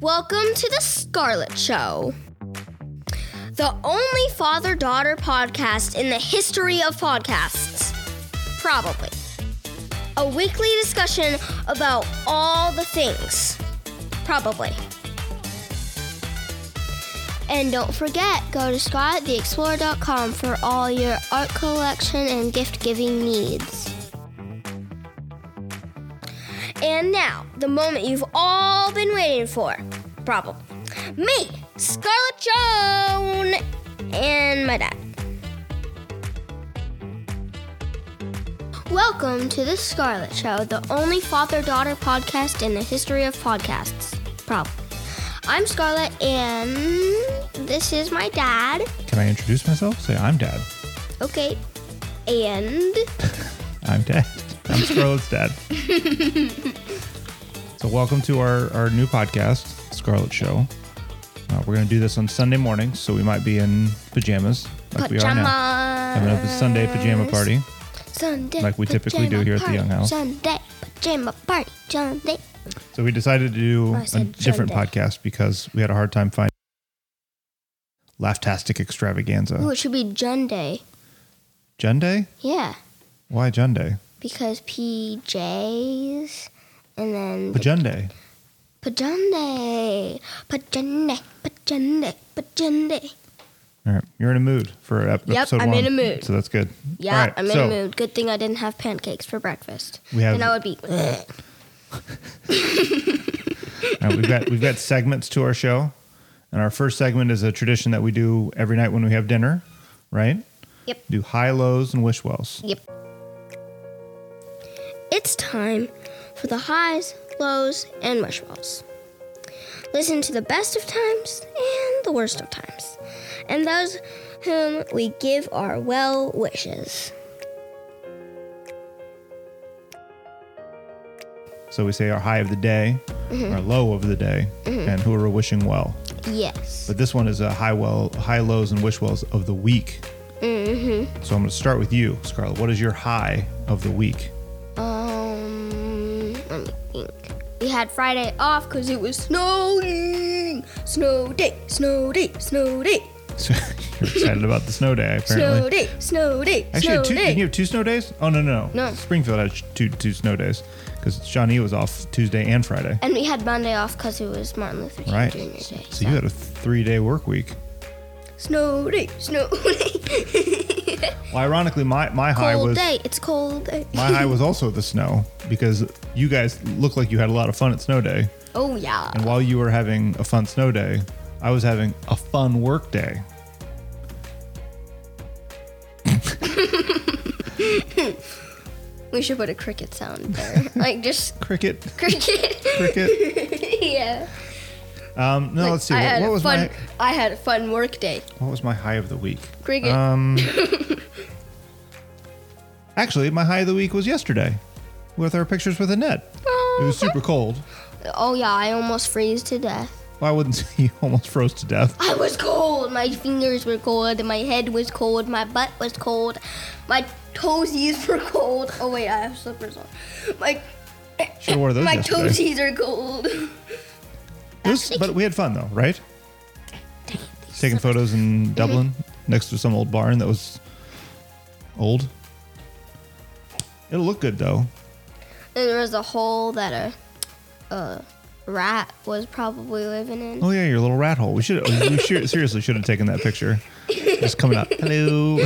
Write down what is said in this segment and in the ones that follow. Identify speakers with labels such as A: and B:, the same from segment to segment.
A: Welcome to The Scarlet Show, the only father daughter podcast in the history of podcasts. Probably. A weekly discussion about all the things. Probably. And don't forget, go to scarlettheexplorer.com for all your art collection and gift giving needs. And now, the moment you've all been waiting for. Probably. Me, Scarlett Joan, and my dad. Welcome to The Scarlet Show, the only father daughter podcast in the history of podcasts. Probably. I'm Scarlett, and this is my dad.
B: Can I introduce myself? Say, I'm Dad.
A: Okay. And
B: I'm Dad. I'm Scarlett's dad. so, welcome to our, our new podcast, Scarlet Show. Uh, we're going to do this on Sunday mornings, so we might be in pajamas like we are now. Having a
A: pajamas.
B: Sunday pajama party.
A: Sunday,
B: like we typically do
A: pajama
B: here at the
A: party.
B: Young House.
A: Sunday pajama party. Sunday.
B: So, we decided to do
A: I
B: a
A: said
B: different
A: Sunday.
B: podcast because we had a hard time finding Laughtastic Extravaganza.
A: Oh, it should be Junday.
B: Junday?
A: Yeah,
B: Why Junday?
A: because PJs and then the-
B: Pajunday.
A: pajunday, pajunday, pajunday, pajunday.
B: All right. You're in a mood for ep-
A: Yep,
B: episode
A: I'm
B: one.
A: in a mood.
B: So, that's good.
A: Yeah,
B: All right,
A: I'm in
B: so
A: a mood. Good thing I didn't have pancakes for breakfast.
B: We have-
A: and I would be.
B: All right, we've got we've got segments to our show, and our first segment is a tradition that we do every night when we have dinner, right?
A: Yep.
B: Do high lows and wish wells.
A: Yep. It's time for the highs, lows, and wishballs. Listen to the best of times and the worst of times, and those whom we give our well wishes.
B: So we say our high of the day,
A: Mm-hmm.
B: our low of the day, and who are wishing well.
A: Yes.
B: But this one is a high well, high lows and wish wells of the week. Mm-hmm. So I'm going to start with you, Scarlett. What is your high of the week?
A: Um, let me think. We had Friday off because it was snowing. Snow day, snow day, snow day,
B: So you're excited about the snow day, apparently.
A: snow day, snow day,
B: Actually,
A: snow
B: two,
A: day.
B: didn't you have two snow days? Oh no, no,
A: No.
B: Springfield had two two snow days because Shawnee was off Tuesday and Friday.
A: and we had Monday off because it was Martin Luther King
B: Right.
A: Jr. Day.
B: So you had a three day work week.
A: Snow day, snow day.
B: Well, ironically, my, my high
A: cold
B: was
A: day, it's cold day.
B: my high was also the snow because you guys looked like you had a lot of fun at snow day,
A: oh yeah.
B: and while you were having a fun snow day, I was having a fun work day.
A: We should put a cricket sound there. like just
B: Cricket,
A: cricket.
B: cricket.
A: yeah.
B: Um, no,
A: Like,
B: let's see.
A: I
B: What,
A: had
B: what
A: a
B: was
A: fun
B: my
A: I had a fun work day.
B: what was my high of the week?
A: Cricket.
B: Um, actually, my high of the week was yesterday with our pictures with Annette. It was super cold.
A: oh yeah, I almost freeze to death.
B: Well, I wouldn't say you almost froze to death.
A: I was cold. My fingers were cold. My head was cold. My butt was cold. My toesies were cold. Oh wait, I have slippers on. My
B: Should have wore those
A: my
B: yesterday.
A: toesies are cold.
B: It was- but we had fun though, right? Taking photos in Dublin next to some old barn that was old. It'll look good though.
A: And there was a hole that a, a rat was probably living in.
B: Oh yeah, your little rat hole. We should we should, seriously should have taken that picture. Just coming up. Hello.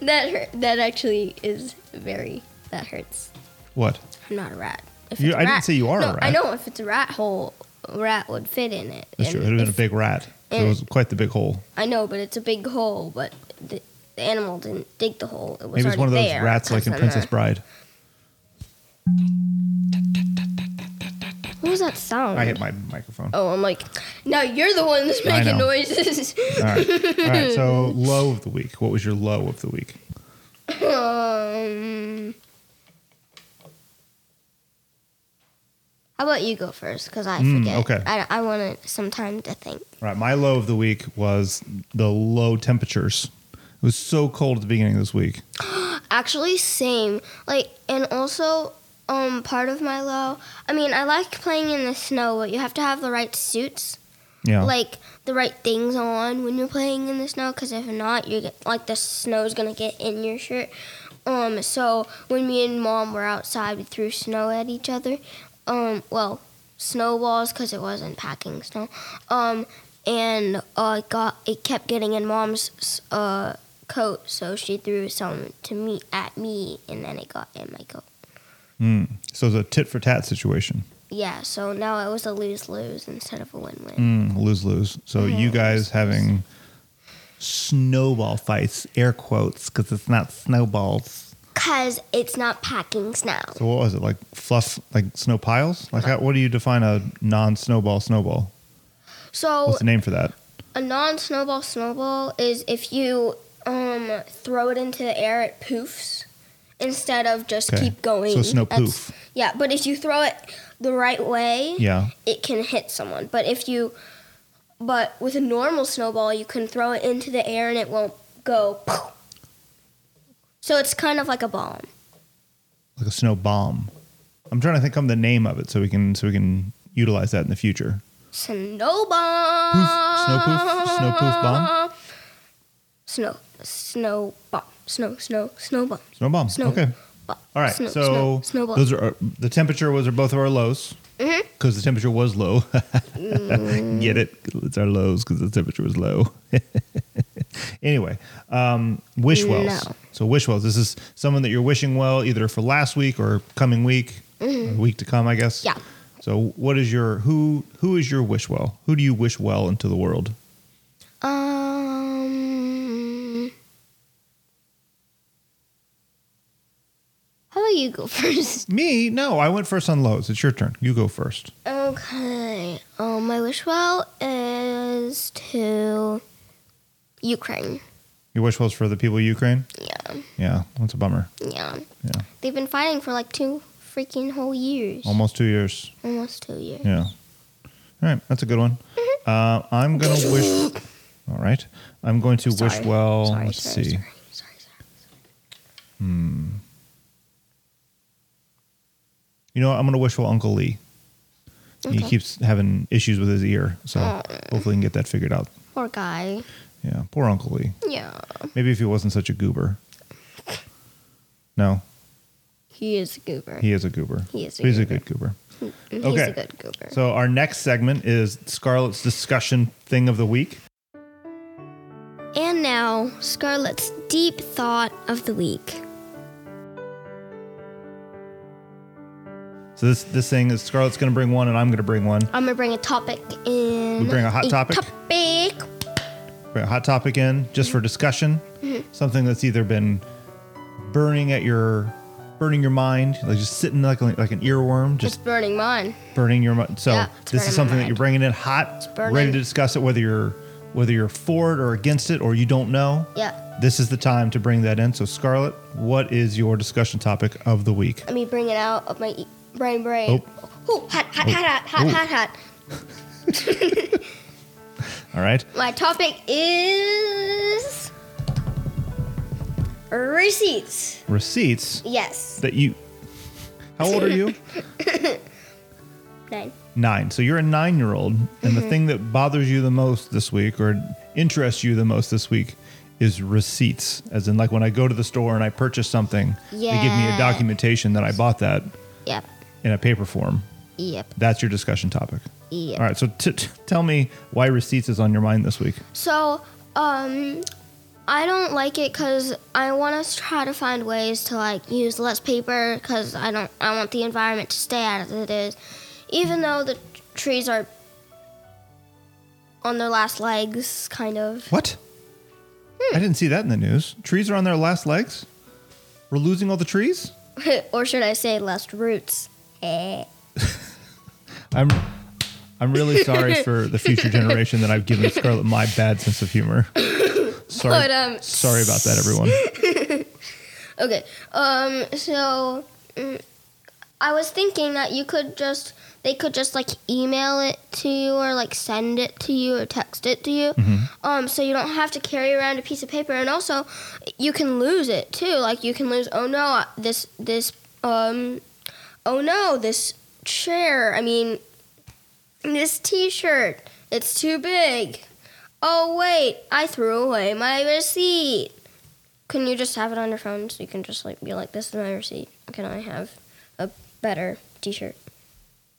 A: That hurt. That actually is very. That hurts.
B: What?
A: I'm not a rat. If
B: You-
A: it's a
B: I didn't
A: rat-
B: say you are a
A: no, I
B: rat.
A: know if it's a rat hole, a rat would fit in it.
B: That's true. It
A: And
B: would have been a
A: if-
B: big rat. It was quite the big hole.
A: I know, but it's a big hole. But the, the animal didn't dig the hole. It was
B: Maybe it's
A: already
B: one of those
A: there.
B: rats like in
A: That's
B: Princess
A: not-
B: Bride.
A: What was that sound?
B: I hit my microphone.
A: oh, I'm like, now you're the one that's
B: I
A: making
B: know.
A: noises.
B: All right. All right. So low of the week. What was your low of the week?
A: Um, how about you go first? Because I
B: Mm,
A: forget.
B: okay.
A: I, I want some time to think.
B: All right. My low of the week was the low temperatures. It was so cold at the beginning of this week.
A: Actually, same. Like, and also, um part of Milo. I mean, I like playing in the snow, but you have to have the right suits,
B: Yeah.
A: like the right things on when you're playing in the snow. Because if not, you get like the snow's gonna get in your shirt. Um, so when me and mom were outside, we threw snow at each other. Um, well, snowballs because it wasn't packing snow. Um, and uh, it got it kept getting in mom's uh coat, so she threw some to me at me, and then it got in my coat.
B: Mm. So it's a tit for tat situation.
A: Yeah, so now it was a lose lose instead of a win win.
B: Mm, lose lose. So
A: Mm-hmm.
B: you guys having snowball fights, air quotes, because it's not snowballs.
A: Because it's not packing snow.
B: So what was it like? Fluff like snow piles? Like how, what do you define a non-snowball snowball?
A: So
B: What's the name for that?
A: a non snowball snowball is if you um, throw it into the air, it poofs instead of just
B: Okay.
A: keep going.
B: So snow
A: That's-
B: poof.
A: Yeah, but if you throw it the right way,
B: Yeah.
A: it can hit someone. But if you, but with a normal snowball, you can throw it into the air and it won't go. poof. So it's kind of like a bomb.
B: like a snow bomb. I'm trying to think of the name of it so we can so we can utilize that in the future.
A: Snow bomb.
B: Snow poof? Snow poof bomb?
A: Snow, snow bomb. Snow, snow, snow bomb.
B: Snow bomb.
A: Snow.
B: Okay.
A: Bo-
B: All right.
A: snow,
B: so
A: snow, snow bomb.
B: those are our, the temperature was are both of our lows because
A: Mhm.
B: the temperature was low.
A: Mm.
B: Get it? It's our lows because the temperature was low. anyway, um, wish wells.
A: No.
B: So wish wells. This is someone that you're wishing well either for last week or coming week, or week to come, I guess.
A: Mm-hmm. Yeah.
B: So what is your who who is your wish well? Who do you wish well into the world?
A: Um. How about you go first?
B: Me? No, I went first on lows. It's your turn. You go first.
A: Okay. Um, my wish well is to Ukraine.
B: Your wish was for the people of Ukraine?
A: Yeah,
B: Yeah, that's a bummer.
A: yeah.
B: Yeah.
A: They've been fighting for like two freaking whole years.
B: Almost two years.
A: Almost two years.
B: Yeah. All right, that's a good one.
A: Mm-hmm.
B: Uh, I'm going to wish. All right. I'm going to
A: Sorry.
B: wish well.
A: Sorry,
B: let's
A: sorry,
B: see.
A: Sorry, sorry, sorry.
B: You know what? I'm going to wish well Uncle Lee. He
A: Okay. Uh.
B: keeps having issues with his ear, so
A: Aw.
B: hopefully he can get that figured out.
A: Poor guy.
B: Yeah, poor Uncle Lee.
A: Yeah,
B: Maybe if he wasn't such a goober. No,
A: he is a goober.
B: he is a goober.
A: He is a
B: But he's a
A: goober. Mm,
B: good goober.
A: He's
B: okay.
A: a good goober.
B: So our next segment is Scarlett's discussion thing of the week.
A: and now, Scarlett's deep thought of the week.
B: So this this thing is Scarlett's going to bring one, and I'm going to bring one.
A: I'm gonna bring a topic in.
B: We bring a hot topic?
A: topic.
B: Bring a hot topic in just for discussion,
A: Mm-hmm.
B: something that's either been burning at your burning your mind, like just sitting like like an earworm,
A: It's
B: just
A: burning mine.
B: burning your mind. So
A: Yeah, it's burning
B: this is
A: my
B: something that
A: mind.
B: you're bringing in hot,
A: burning.
B: ready to discuss it, whether you're whether you're for it or against it, or you don't know.
A: Yeah.
B: This is the time to bring that in. So Scarlett, what is your discussion topic of the week?
A: Let me bring it out of my e- brain, brain. Ooh, hot, hot, hot,
B: Oh.
A: hot, hot,
B: Ooh.
A: hot, hot.
B: All right.
A: My topic is receipts.
B: Receipts
A: Yes.
B: that you How old are you?
A: Nine.
B: nine. So you're a nine year old, and the thing that bothers you the most this week or interests you the most this week is receipts. As in, like when I go to the store and I purchase something, they give me a
A: Yeah.
B: documentation that I bought that
A: Yep.
B: in a paper form.
A: Yep.
B: That's your discussion topic.
A: Yep.
B: All right. So t- t- tell me why receipts is on your mind this week.
A: So, um, I don't like it because I want us to try to find ways to like use less paper because I don't. I want the environment to stay as it is, even though the trees are on their last legs, kind of.
B: What? I didn't see that in the news. Trees are on their last legs. We're losing all the trees.
A: or should I say, last roots? Eh.
B: I'm I'm really sorry for the future generation that I've given Scarlett my bad sense of humor. Sorry,
A: But, um,
B: sorry about that, everyone.
A: Okay. Um. So, mm, I was thinking that you could just they could just like email it to you or like send it to you or text it to you. Um. So you don't have to carry around a piece of paper, and also you can lose it too. Like you can lose. Oh no! This this um. oh no, this chair, I mean, this t shirt, it's too big. Oh wait, I threw away my receipt. Can you just have it on your phone so you can just like be like, this is my receipt. Can I have a better t-shirt?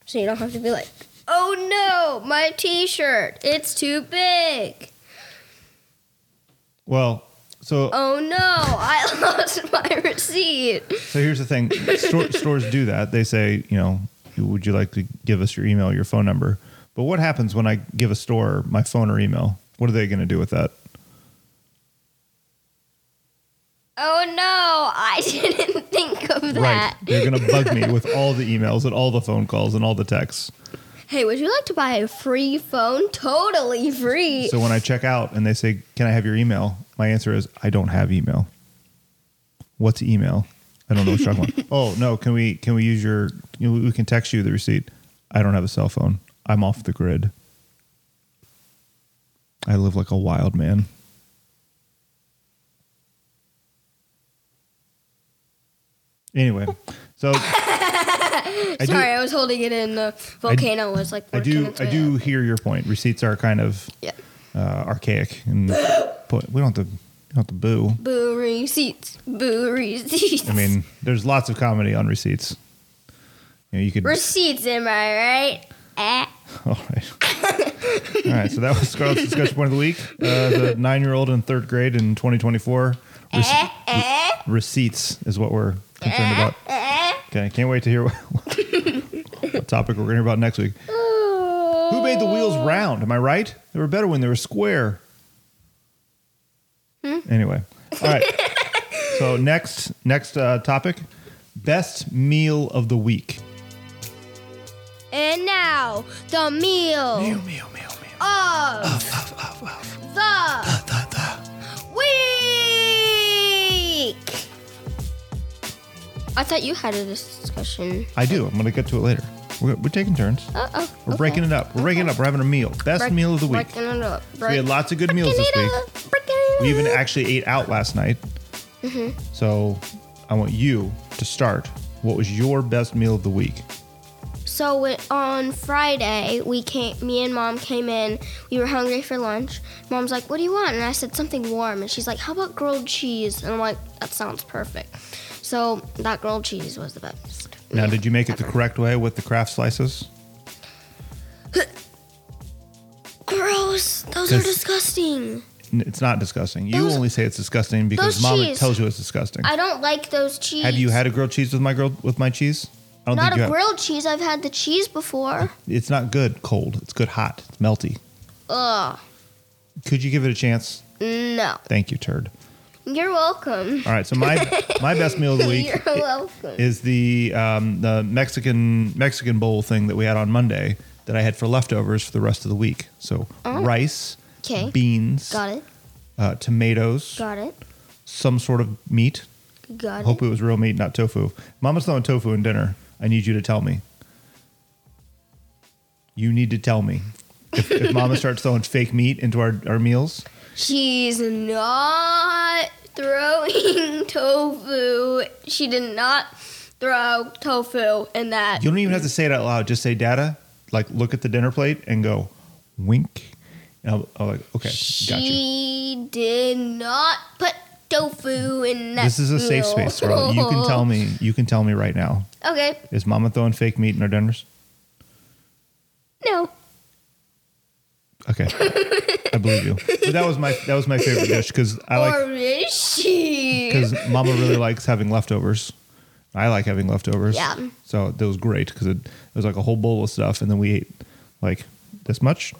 A: So you don't have to be like, oh no, my t-shirt, it's too big.
B: Well, so
A: Oh no, I lost my receipt.
B: so here's the thing: Stor- stores do that. They say, you know, would you like to give us your email, your phone number? But what happens when I give a store my phone or email? What are they going to do with that?
A: Oh no, I didn't think of that.
B: Right, they're going to bug me with all the emails and all the phone calls and all the texts.
A: Hey, would you like to buy a free phone? Totally free.
B: So when I check out and they say, "Can I have your email?" My answer is, "I don't have email." What's email? I don't know what you're talking about. Oh no, can we can we use your? You know, we can text you the receipt. I don't have a cell phone. I'm off the grid. I live like a wild man. Anyway, so I do-
A: Sorry, I was holding it in. The volcano was like.
B: I
A: working
B: do.
A: its
B: I
A: way
B: do
A: up.
B: hear your point. Receipts are kind of
A: Yeah.
B: uh, archaic, and but we don't have to. We don't have to boo.
A: Boo receipts. Boo receipts.
B: I mean, there's lots of comedy on receipts. You know, you could.
A: receipts, am I right? Eh.
B: all right. all right. So that was Scarlett's discussion point of the week. Uh, as a nine-year-old in third grade in 2024,
A: Eh,
B: rece-
A: eh,
B: receipts is what we're concerned about.
A: eh.
B: Okay, I can't wait to hear what, what topic we're going to hear about next week. Who made the wheels round? Am I right? They were better when they were square. Anyway, all right. so next, next uh, topic: best meal of the week.
A: And now, the meal
B: meal, meal, meal.
A: of
B: Of, of, of.
A: the
B: The, the,
A: week. I thought you had a discussion.
B: the. I do. I'm going to get to it later. We're, we're taking turns.
A: Uh oh.
B: We're breaking it up. We're breaking it up. We're having a meal. Best meal of the week.
A: Breaking it up.
B: We had lots of good meals this week. We even actually ate out last night. So I want you to start. What was your best meal of the week?
A: So it, on Friday, we came. Me and mom came in. We were hungry for lunch. Mom's like, "What do you want?" And I said something warm, and she's like, "How about grilled cheese?" And I'm like, "That sounds perfect." So that grilled cheese was the best.
B: Now, did you make it the correct way with the craft slices?
A: Gross! Those are
B: 'Cause-
A: disgusting.
B: N- It's not disgusting. You
A: Those-
B: only say it's disgusting because
A: those
B: mama
A: cheese.
B: tells you it's disgusting.
A: I don't like those cheese.
B: Have you had a grilled cheese with my grilled with my cheese? I don't
A: Not
B: think you
A: a
B: have.
A: grilled cheese. I've had the cheese before.
B: It's not good cold. It's good hot. It's melty.
A: Ugh.
B: Could you give it a chance?
A: No.
B: Thank you, turd.
A: You're welcome.
B: All right. So my my best meal of the week
A: You're welcome.
B: is the um, the Mexican Mexican bowl thing that we had on Monday that I had for leftovers for the rest of the week. So rice,
A: 'Kay.
B: beans,
A: Oh, Got it.
B: Uh, tomatoes,
A: Got it.
B: some sort of meat.
A: Got
B: Hope
A: it.
B: it was real meat, not tofu. Mama's throwing tofu in dinner. I need you to tell me. You need to tell me. If, if Mama starts throwing fake meat into our, our meals,
A: She's not throwing tofu. She did not throw tofu in that.
B: you don't even have to say it out loud. Just say, Dada, like look at the dinner plate and go, wink. And I'll, I'll like, okay, got you.
A: she did not put tofu in that.
B: This is a safe
A: meal.
B: space, bro. You can tell me. You can tell me right now.
A: Okay.
B: Is Mama throwing fake meat in our dinners?
A: No.
B: Okay, I believe you. But that was my that was my favorite dish because I like
A: or is she?
B: because Mama really likes having leftovers. I like having leftovers.
A: Yeah.
B: So that was great because it, it was like a whole bowl of stuff, and then we ate like this much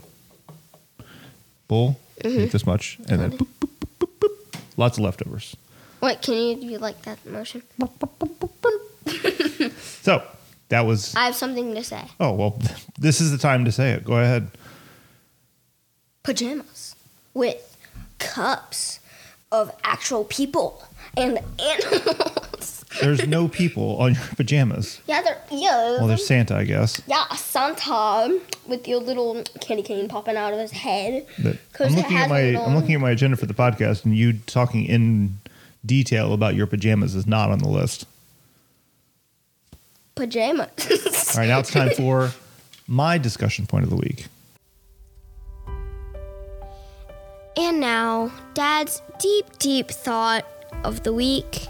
B: bowl, ate this much, and then boop, boop, boop, boop, boop. lots of leftovers.
A: Wait, can you do like that motion?
B: So that was
A: I have something to say.
B: oh well. This is the time to say it. Go ahead.
A: pajamas with cups of actual people and animals.
B: There's no people on your pajamas.
A: yeah, they're yeah.
B: Well, there's Santa, I guess.
A: yeah, Santa with your little candy cane popping out of his head.
B: That-
A: 'Cause
B: I'm
A: it
B: looking
A: has
B: at my
A: little-
B: I'm looking at my agenda for the podcast, and you talking in detail about your pajamas is not on the list.
A: pajamas.
B: All right, now it's time for my discussion point of the week.
A: And now, Dad's deep, deep thought of the week.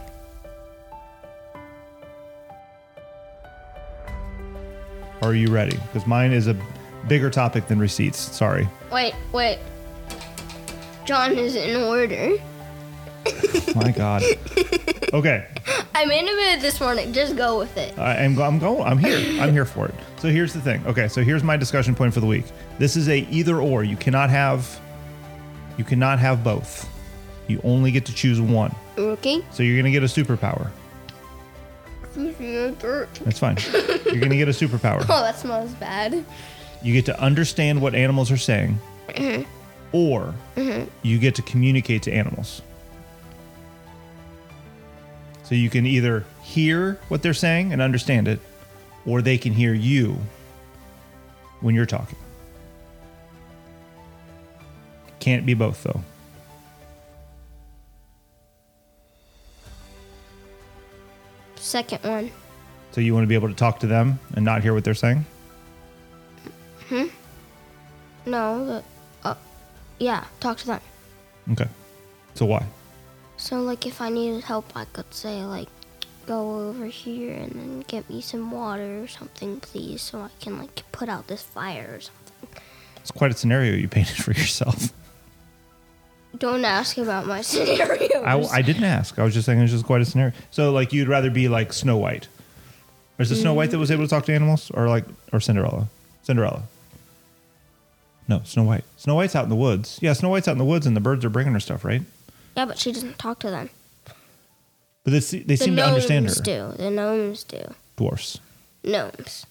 B: Are you ready? Because mine is a bigger topic than receipts. Sorry.
A: Wait, wait. John is in order.
B: My God. Okay.
A: I'm in a mood this morning. Just go with it.
B: I- I'm, go- I'm going. I'm here. I'm here for it. So here's the thing. Okay, so here's my discussion point for the week. This is a either or. You cannot have. You cannot have both. You only get to choose one.
A: Okay.
B: So you're gonna get a superpower.
A: Oh,
B: That's fine. You're gonna get a superpower.
A: that smells bad.
B: You get to understand what animals are saying, or you get to communicate to animals. So you can either hear what they're saying and understand it, or they can hear you when you're talking. Can't be both though.
A: Second one.
B: So you want to be able to talk to them and not hear what they're saying?
A: No. The, uh, yeah, talk to them.
B: Okay. So why?
A: So, like, if I needed help, I could say, like, go over here and then get me some water or something, please, so I can, like, put out this fire or something.
B: It's quite a scenario you painted for yourself.
A: Don't ask about my scenarios.
B: I, I didn't ask. I was just saying it's just quite a scenario. So like you'd rather be like Snow White. Or is it Snow White that was able to talk to animals, or like or Cinderella? Cinderella. No, Snow White. Snow White's out in the woods. Yeah, Snow White's out in the woods, and the birds are bringing her stuff, right?
A: yeah, but she doesn't talk to them.
B: But they, se- they
A: The
B: seem to
A: gnomes
B: understand her.
A: do. The gnomes do.
B: Dwarfs.
A: Gnomes.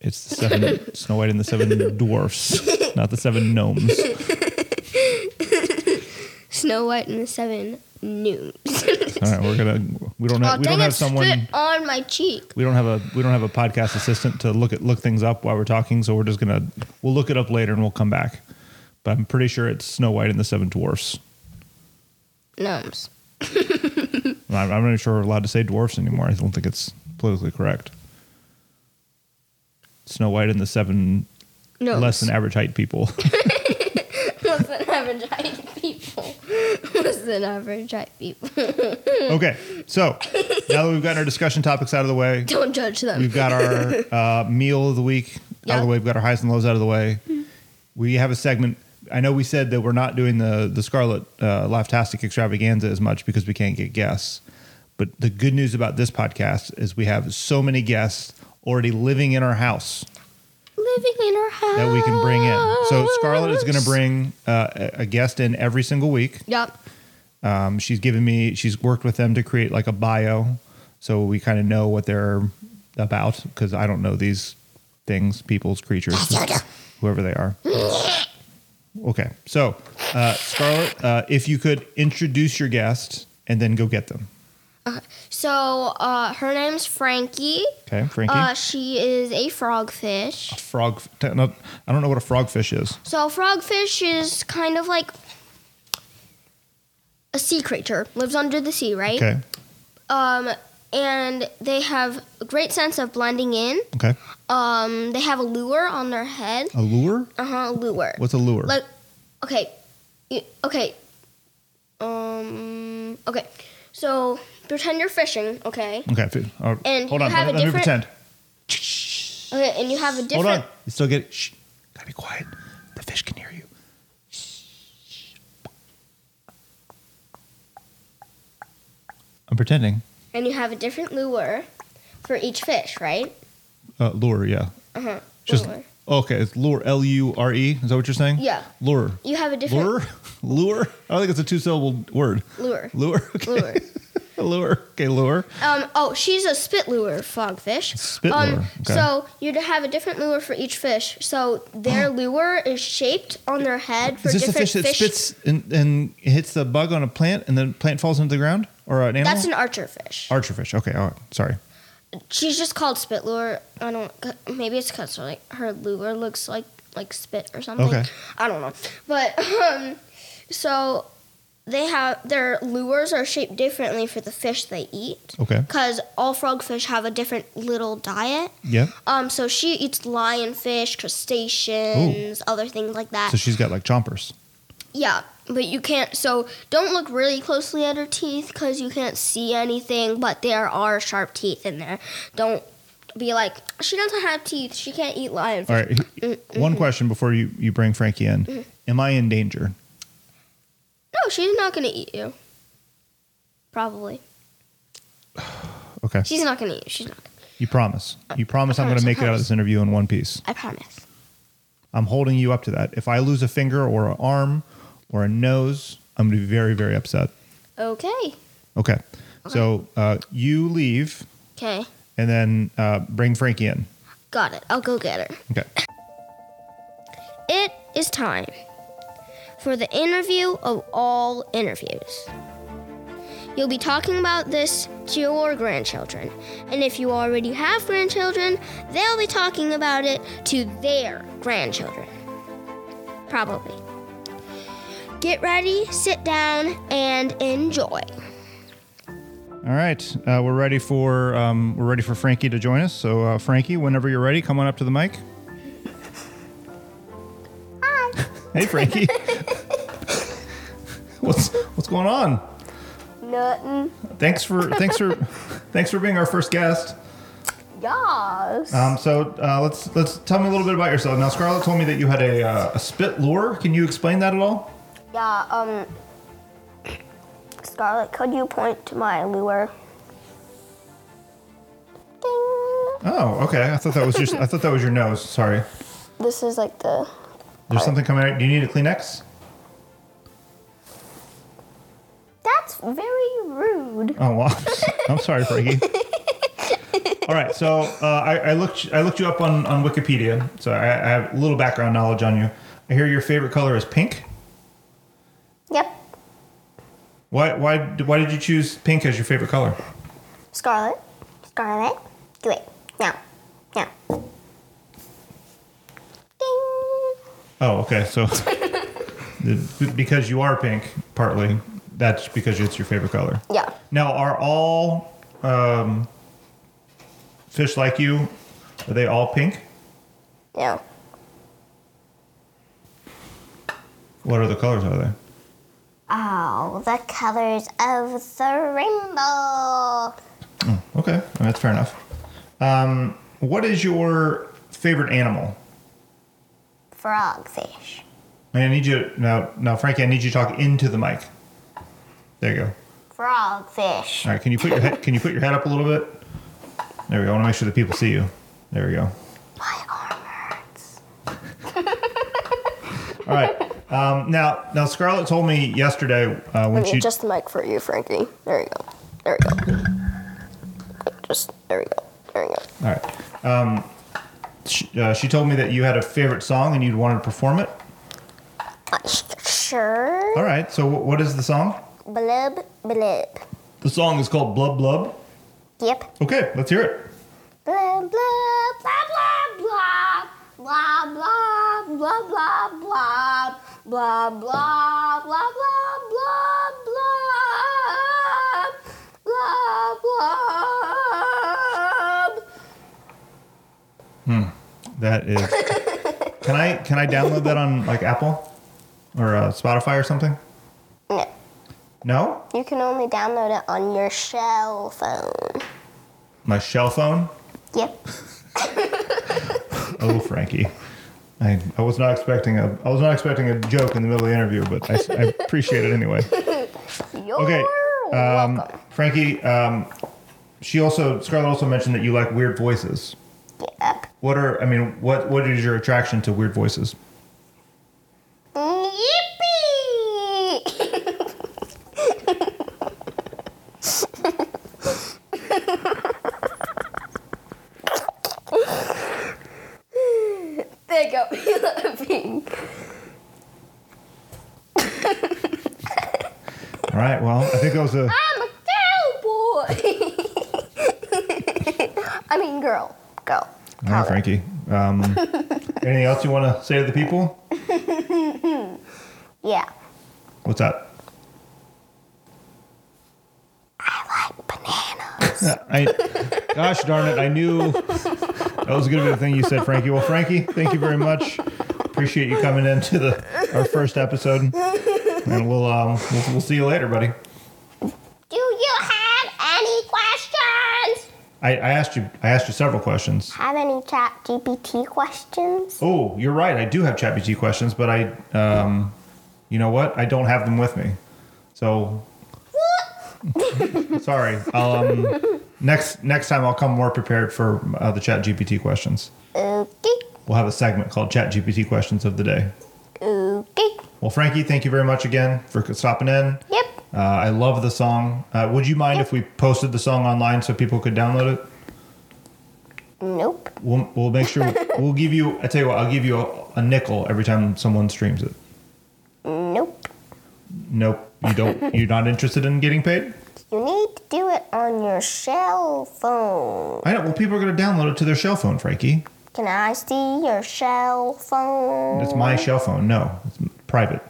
B: It's the seven Snow White and the seven dwarfs, not the seven gnomes.
A: Snow White and the Seven Gnomes.
B: All right, we're gonna. We don't have. we don't have someone.
A: spit on my cheek.
B: we don't have a we don't have a podcast assistant to look at look things up while we're talking so we're just gonna we'll look it up later and we'll come back but i'm pretty sure it's snow white and the seven dwarfs
A: Gnomes.
B: And i'm, I'm not even sure we're allowed to say dwarfs anymore i don't think it's politically correct snow white and the seven
A: Gnomes.
B: less than average height people
A: Less than average height people. Less than average height people.
B: okay so now that we've gotten our discussion topics out of the way
A: Don't judge them.
B: We've got our uh, meal of the week out of
A: Yep.
B: the way. We've got our highs and lows out of the way. We have a segment. I know we said that we're not doing the the Scarlet uh, Laughtastic Extravaganza as much because we can't get guests. But the good news about this podcast is we have so many guests already living in our house
A: Living in our house.
B: that we can bring in. So Scarlett is going to bring uh, a- a guest in every single week.
A: Yep.
B: Um, she's given me, she's worked with them to create like a bio. So we kind of know what they're about because I don't know these things, people's creatures, whoever they are. Okay. So, uh, Scarlett, uh, if you could introduce your guest and then go get them.
A: So uh, her name's Frankie.
B: Okay. Frankie.
A: Uh, she is a frogfish.
B: frog. T- no, I don't know what a frogfish is.
A: So frogfish is kind of like a sea creature. Lives under the sea, right?
B: Okay.
A: Um, and they have a great sense of blending in.
B: Okay.
A: Um, they have a lure on their head.
B: A lure?
A: Uh huh, a lure.
B: What's a lure?
A: Like, okay, you- okay, um, okay. So pretend you're fishing, okay?
B: okay. f- all right,
A: And
B: hold
A: you
B: on.
A: have
B: Let,
A: a
B: let me
A: different-
B: pretend.
A: Okay, and you have a different.
B: Hold on. You still get it. Shh. Gotta be quiet. The fish can hear you. Shh. I'm pretending.
A: And you have a different lure for each fish, right?
B: Uh, lure, yeah.
A: Uh huh.
B: Just
A: lure.
B: okay. It's lure. L U R E. Is that what you're saying?
A: Yeah.
B: Lure.
A: You have a different
B: Lure. Lure. I don't think it's a two-syllable word.
A: lure.
B: Lure. Okay.
A: Lure.
B: lure. Okay. Lure.
A: Um, oh, she's a spit lure frogfish.
B: Spit
A: um,
B: lure, okay.
A: So you have a different lure for each fish. So their lure is shaped on their head for
B: Is this a
A: different
B: fish that spits and, and hits the bug on a plant and the plant falls into the ground or an animal?
A: That's an archer fish.
B: archer fish. Okay. All right. Sorry.
A: She's just called spit lure. I don't. Maybe it's because like her lure looks like like spit or something.
B: Okay.
A: I don't know. But um, so they have their lures are shaped differently for the fish they eat
B: Okay.
A: because all frogfish have a different little diet.
B: Yeah.
A: Um, so she eats lionfish, crustaceans, other things like that.
B: So she's got like chompers.
A: yeah, but you can't. So don't look really closely at her teeth because you can't see anything. But there are sharp teeth in there. Don't be like she doesn't have teeth. She can't eat lionfish.
B: All right. One question before you, you bring Frankie in. Am I in danger?
A: No, she's not gonna eat you. Probably.
B: Okay.
A: She's not gonna eat you. She's not.
B: You promise. You promise
A: I
B: I'm going to
A: promise, I
B: make it out of
A: promise.
B: this interview in one piece.
A: I promise.
B: I'm holding you up to that. If I lose a finger or an arm or a nose, I'm going to be very, very upset.
A: Okay.
B: Okay. So uh, you leave
A: Okay.
B: and then uh, bring Frankie in.
A: Got it. I'll go get her.
B: Okay.
A: It is time for the interview of all interviews. You'll be talking about this to your grandchildren, and if you already have grandchildren, they'll be talking about it to their grandchildren. Probably. Get ready, sit down, and enjoy.
B: All right. Uh, we're ready for um, we're ready for Frankie to join us. So uh, Frankie, whenever you're ready, come on up to the mic.
A: Hi.
B: Hey, Frankie. what's what's going on?
A: Nothing.
B: Thanks for thanks for thanks for being our first guest.
A: Yes.
B: Um, so uh, let's let's tell me a little bit about yourself. Now, Scarlett told me that you had a, uh, a spit lure. Can you explain that at all?
A: Yeah, um, Scarlet, could you point to my lure? Ding.
B: Oh, okay. I thought that was just I thought that was your nose. Sorry.
A: This is like the.
B: There's something coming out. Do you need a Kleenex?
A: That's very rude.
B: Oh well, I'm sorry, Frankie. All right, so uh, I, I looked I looked you up on, on Wikipedia, so I, I have a little background knowledge on you. I hear your favorite color is pink.
A: Yep.
B: Why why why did you choose pink as your favorite color?
A: Scarlet, Scarlet, do it now, now. Ding.
B: Oh, okay, so the- because you are pink, partly that's because it's your favorite color.
A: Yeah.
B: Now, are all um, fish like you? Are they all pink?
A: Yeah.
B: What other colors are they?
C: Oh, the colors of the rainbow.
B: Okay, that's fair enough. Um, what is your favorite animal?
C: Frogfish.
B: I need you now. Now, Frankie, I need you to talk into the mic. There you go.
C: Frogfish.
B: All right, can you put your head, can you put your head up a little bit? There we go. I want to make sure that people see you. There we go.
C: My arm hurts.
B: All right. Um, now, now, Scarlett told me yesterday uh, when
D: Let me
B: she
D: adjust the mic for you, Frankie. There you go. There we go. Just there we go. There we go.
B: all right. Um, she, uh, she told me that you had a favorite song and you'd want to perform it.
C: Uh, sh- Sure.
B: All right. So, wh- what is the song?
C: Blub, blub.
B: The song is called Blub Blub.
C: Yep.
B: Okay, let's hear it.
C: Blub, blub, blah, blah, blah. Blah, blah, blah, blah, blah. Blah, blah, blah, blah, blah, blah. Blah, blah.
B: That is. can I can I download that on like Apple or uh, Spotify or something?
C: No.
B: No,
C: You can only download it on your shell phone.
B: my shell phone.
C: Yep.
B: Oh, Frankie, I, I was not expecting a I was not expecting a joke in the middle of the interview, but I, s- I appreciate it anyway.
C: You're
B: Okay, um,
C: welcome.
B: Frankie. Um, she also Scarlett also mentioned that you like weird voices.
C: Yep.
B: What are I mean what what is your attraction to weird voices?
C: Yippee!
D: There you go. You love pink.
B: All right, well I think that was a
C: I'm a cowboy. I mean, girl, girl.
B: all right, Frankie. Um, anything else you want to say to the people?
C: Yeah.
B: What's that? I, gosh darn it, I knew that was going to be the thing you said, Frankie. Well, Frankie, thank you very much. Appreciate you coming into the our first episode, and we'll um we'll, we'll see you later, buddy.
C: Do you have any questions?
B: I, I asked you I asked you several questions.
C: Have any chat GPT questions?
B: Oh, you're right. I do have ChatGPT questions, but I um, you know what? I don't have them with me, so sorry. I'll, um, next next time I'll come more prepared for uh, the ChatGPT questions.
C: Okay,
B: We'll have a segment called ChatGPT questions of the day.
C: okay.
B: Well, Frankie, thank you very much again for stopping in.
C: Yep.
B: Uh, I love the song. Uh, would you mind if we posted the song online so people could download it?
C: Nope.
B: We'll, we'll make sure we'll give you. I tell you what, I'll give you a, a nickel every time someone streams it.
C: Nope.
B: Nope, you don't. You're not interested in getting paid.
C: You need to do it on your cell phone.
B: I know. Well, people are going to download it to their shell phone, Frankie.
C: Can I see your cell phone?
B: It's my shell phone. No, it's private.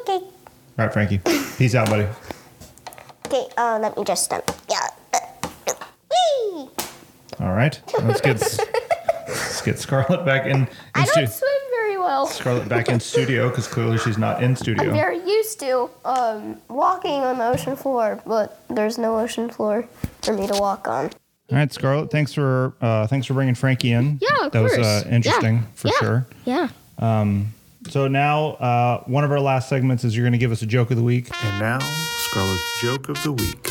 C: Okay.
B: All right, Frankie. Peace out, buddy.
C: Okay. Uh, let me just um. Yeah. Whee!
B: All right, let's get let's get Scarlett back in. in
D: I don't
B: stu-
D: swim very well.
B: Scarlett back in studio because clearly she's not in
D: I'm
B: studio.
D: very used to um, walking on the ocean floor, but there's no ocean floor for me to walk on.
B: All right, Scarlett. Thanks for uh, thanks for bringing Frankie in.
A: Yeah, of
B: that was
A: course.
B: uh, interesting
A: Yeah,
B: for
A: yeah,
B: sure.
A: Yeah.
B: So now, uh, one of our last segments is you're going to give us a joke of the week.
E: And now, Scarlett's joke of the week.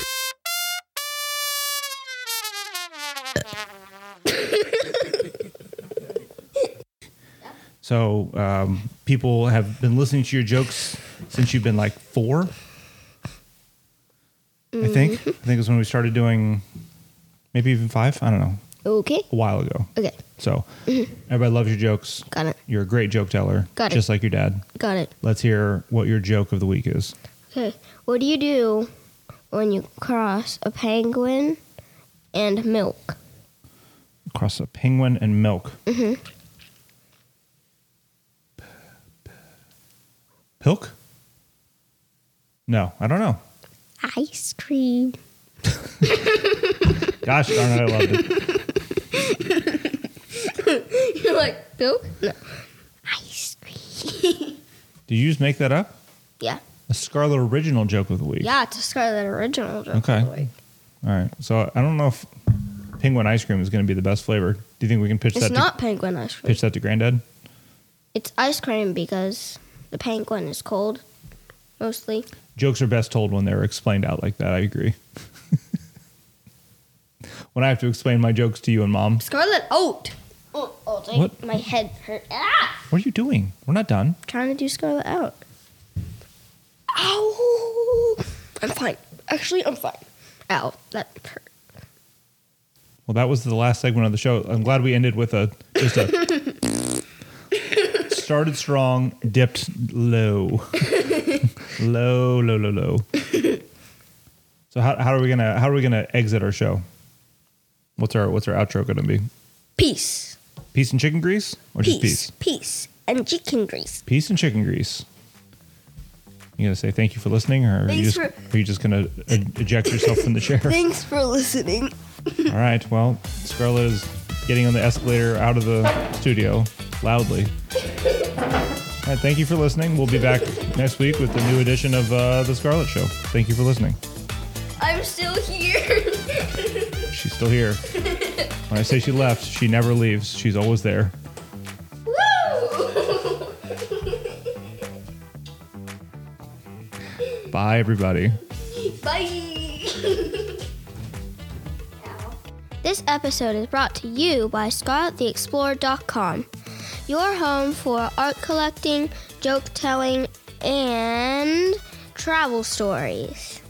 B: So um, people have been listening to your jokes since you've been like 4 I think.
A: Mm-hmm.
B: I think it was when we started doing, maybe even five. I don't know.
A: Okay.
B: A while ago.
A: Okay.
B: So everybody loves your jokes.
A: Got it.
B: You're a great joke teller.
A: Mm-hmm. Got it.
B: Just like your dad.
A: Got it.
B: Let's hear what your joke of the week is.
A: Okay. What do you do when you cross a penguin and milk?
B: Cross a penguin and milk. Mm-hmm. Pilk? No, I don't know.
A: Ice cream.
B: Gosh darn it, I loved it.
A: You're like milk? No. Ice cream.
B: Did you just make that up?
A: yeah.
B: A Scarlet original joke of the week.
A: Yeah, it's a Scarlet original joke.
B: Okay.
A: by the way.
B: All right. So I don't know if penguin ice cream is going to be the best flavor. Do you think we can pitch
A: It's
B: that?
A: not penguin ice
B: to,
A: cream.
B: pitch that to Granddad.
A: It's ice cream because the penguin is cold, mostly.
B: Jokes are best told when they're explained out like that. I agree. when I have to explain my jokes to you and mom,
A: Scarlet oat. Oh, oh dang.
B: What?
A: My head hurt. Ah!
B: what are you doing? We're not done.
A: Trying to do Scarlet out. Ow! I'm fine. Actually, I'm fine. Ow, that hurt.
B: Well, that was the last segment of the show. I'm glad we ended with a just a started strong, dipped low, low, low, low, low. So how, how are we gonna how are we gonna exit our show? What's our what's our outro gonna be?
A: Peace.
B: Peace and chicken grease, or
A: Peace.
B: just
A: Peace.
B: peace?
A: And chicken grease.
B: Peace and chicken grease. You gonna say thank you for listening, or are you
A: Thanks
B: just are you just gonna e- eject yourself from the chair?
A: Thanks for listening.
B: All right. Well, Scarlett is getting on the escalator out of the studio loudly. All right. Thank you for listening. We'll be back next week with the new edition of uh, The Scarlett Show. Thank you for listening.
A: I'm still here.
B: She's still here. When I say she left, she never leaves. She's always there.
A: Woo!
B: Bye, everybody.
A: Bye. this episode is brought to you by ScarletTheExplorer.com, your home for art collecting, joke telling, and travel stories.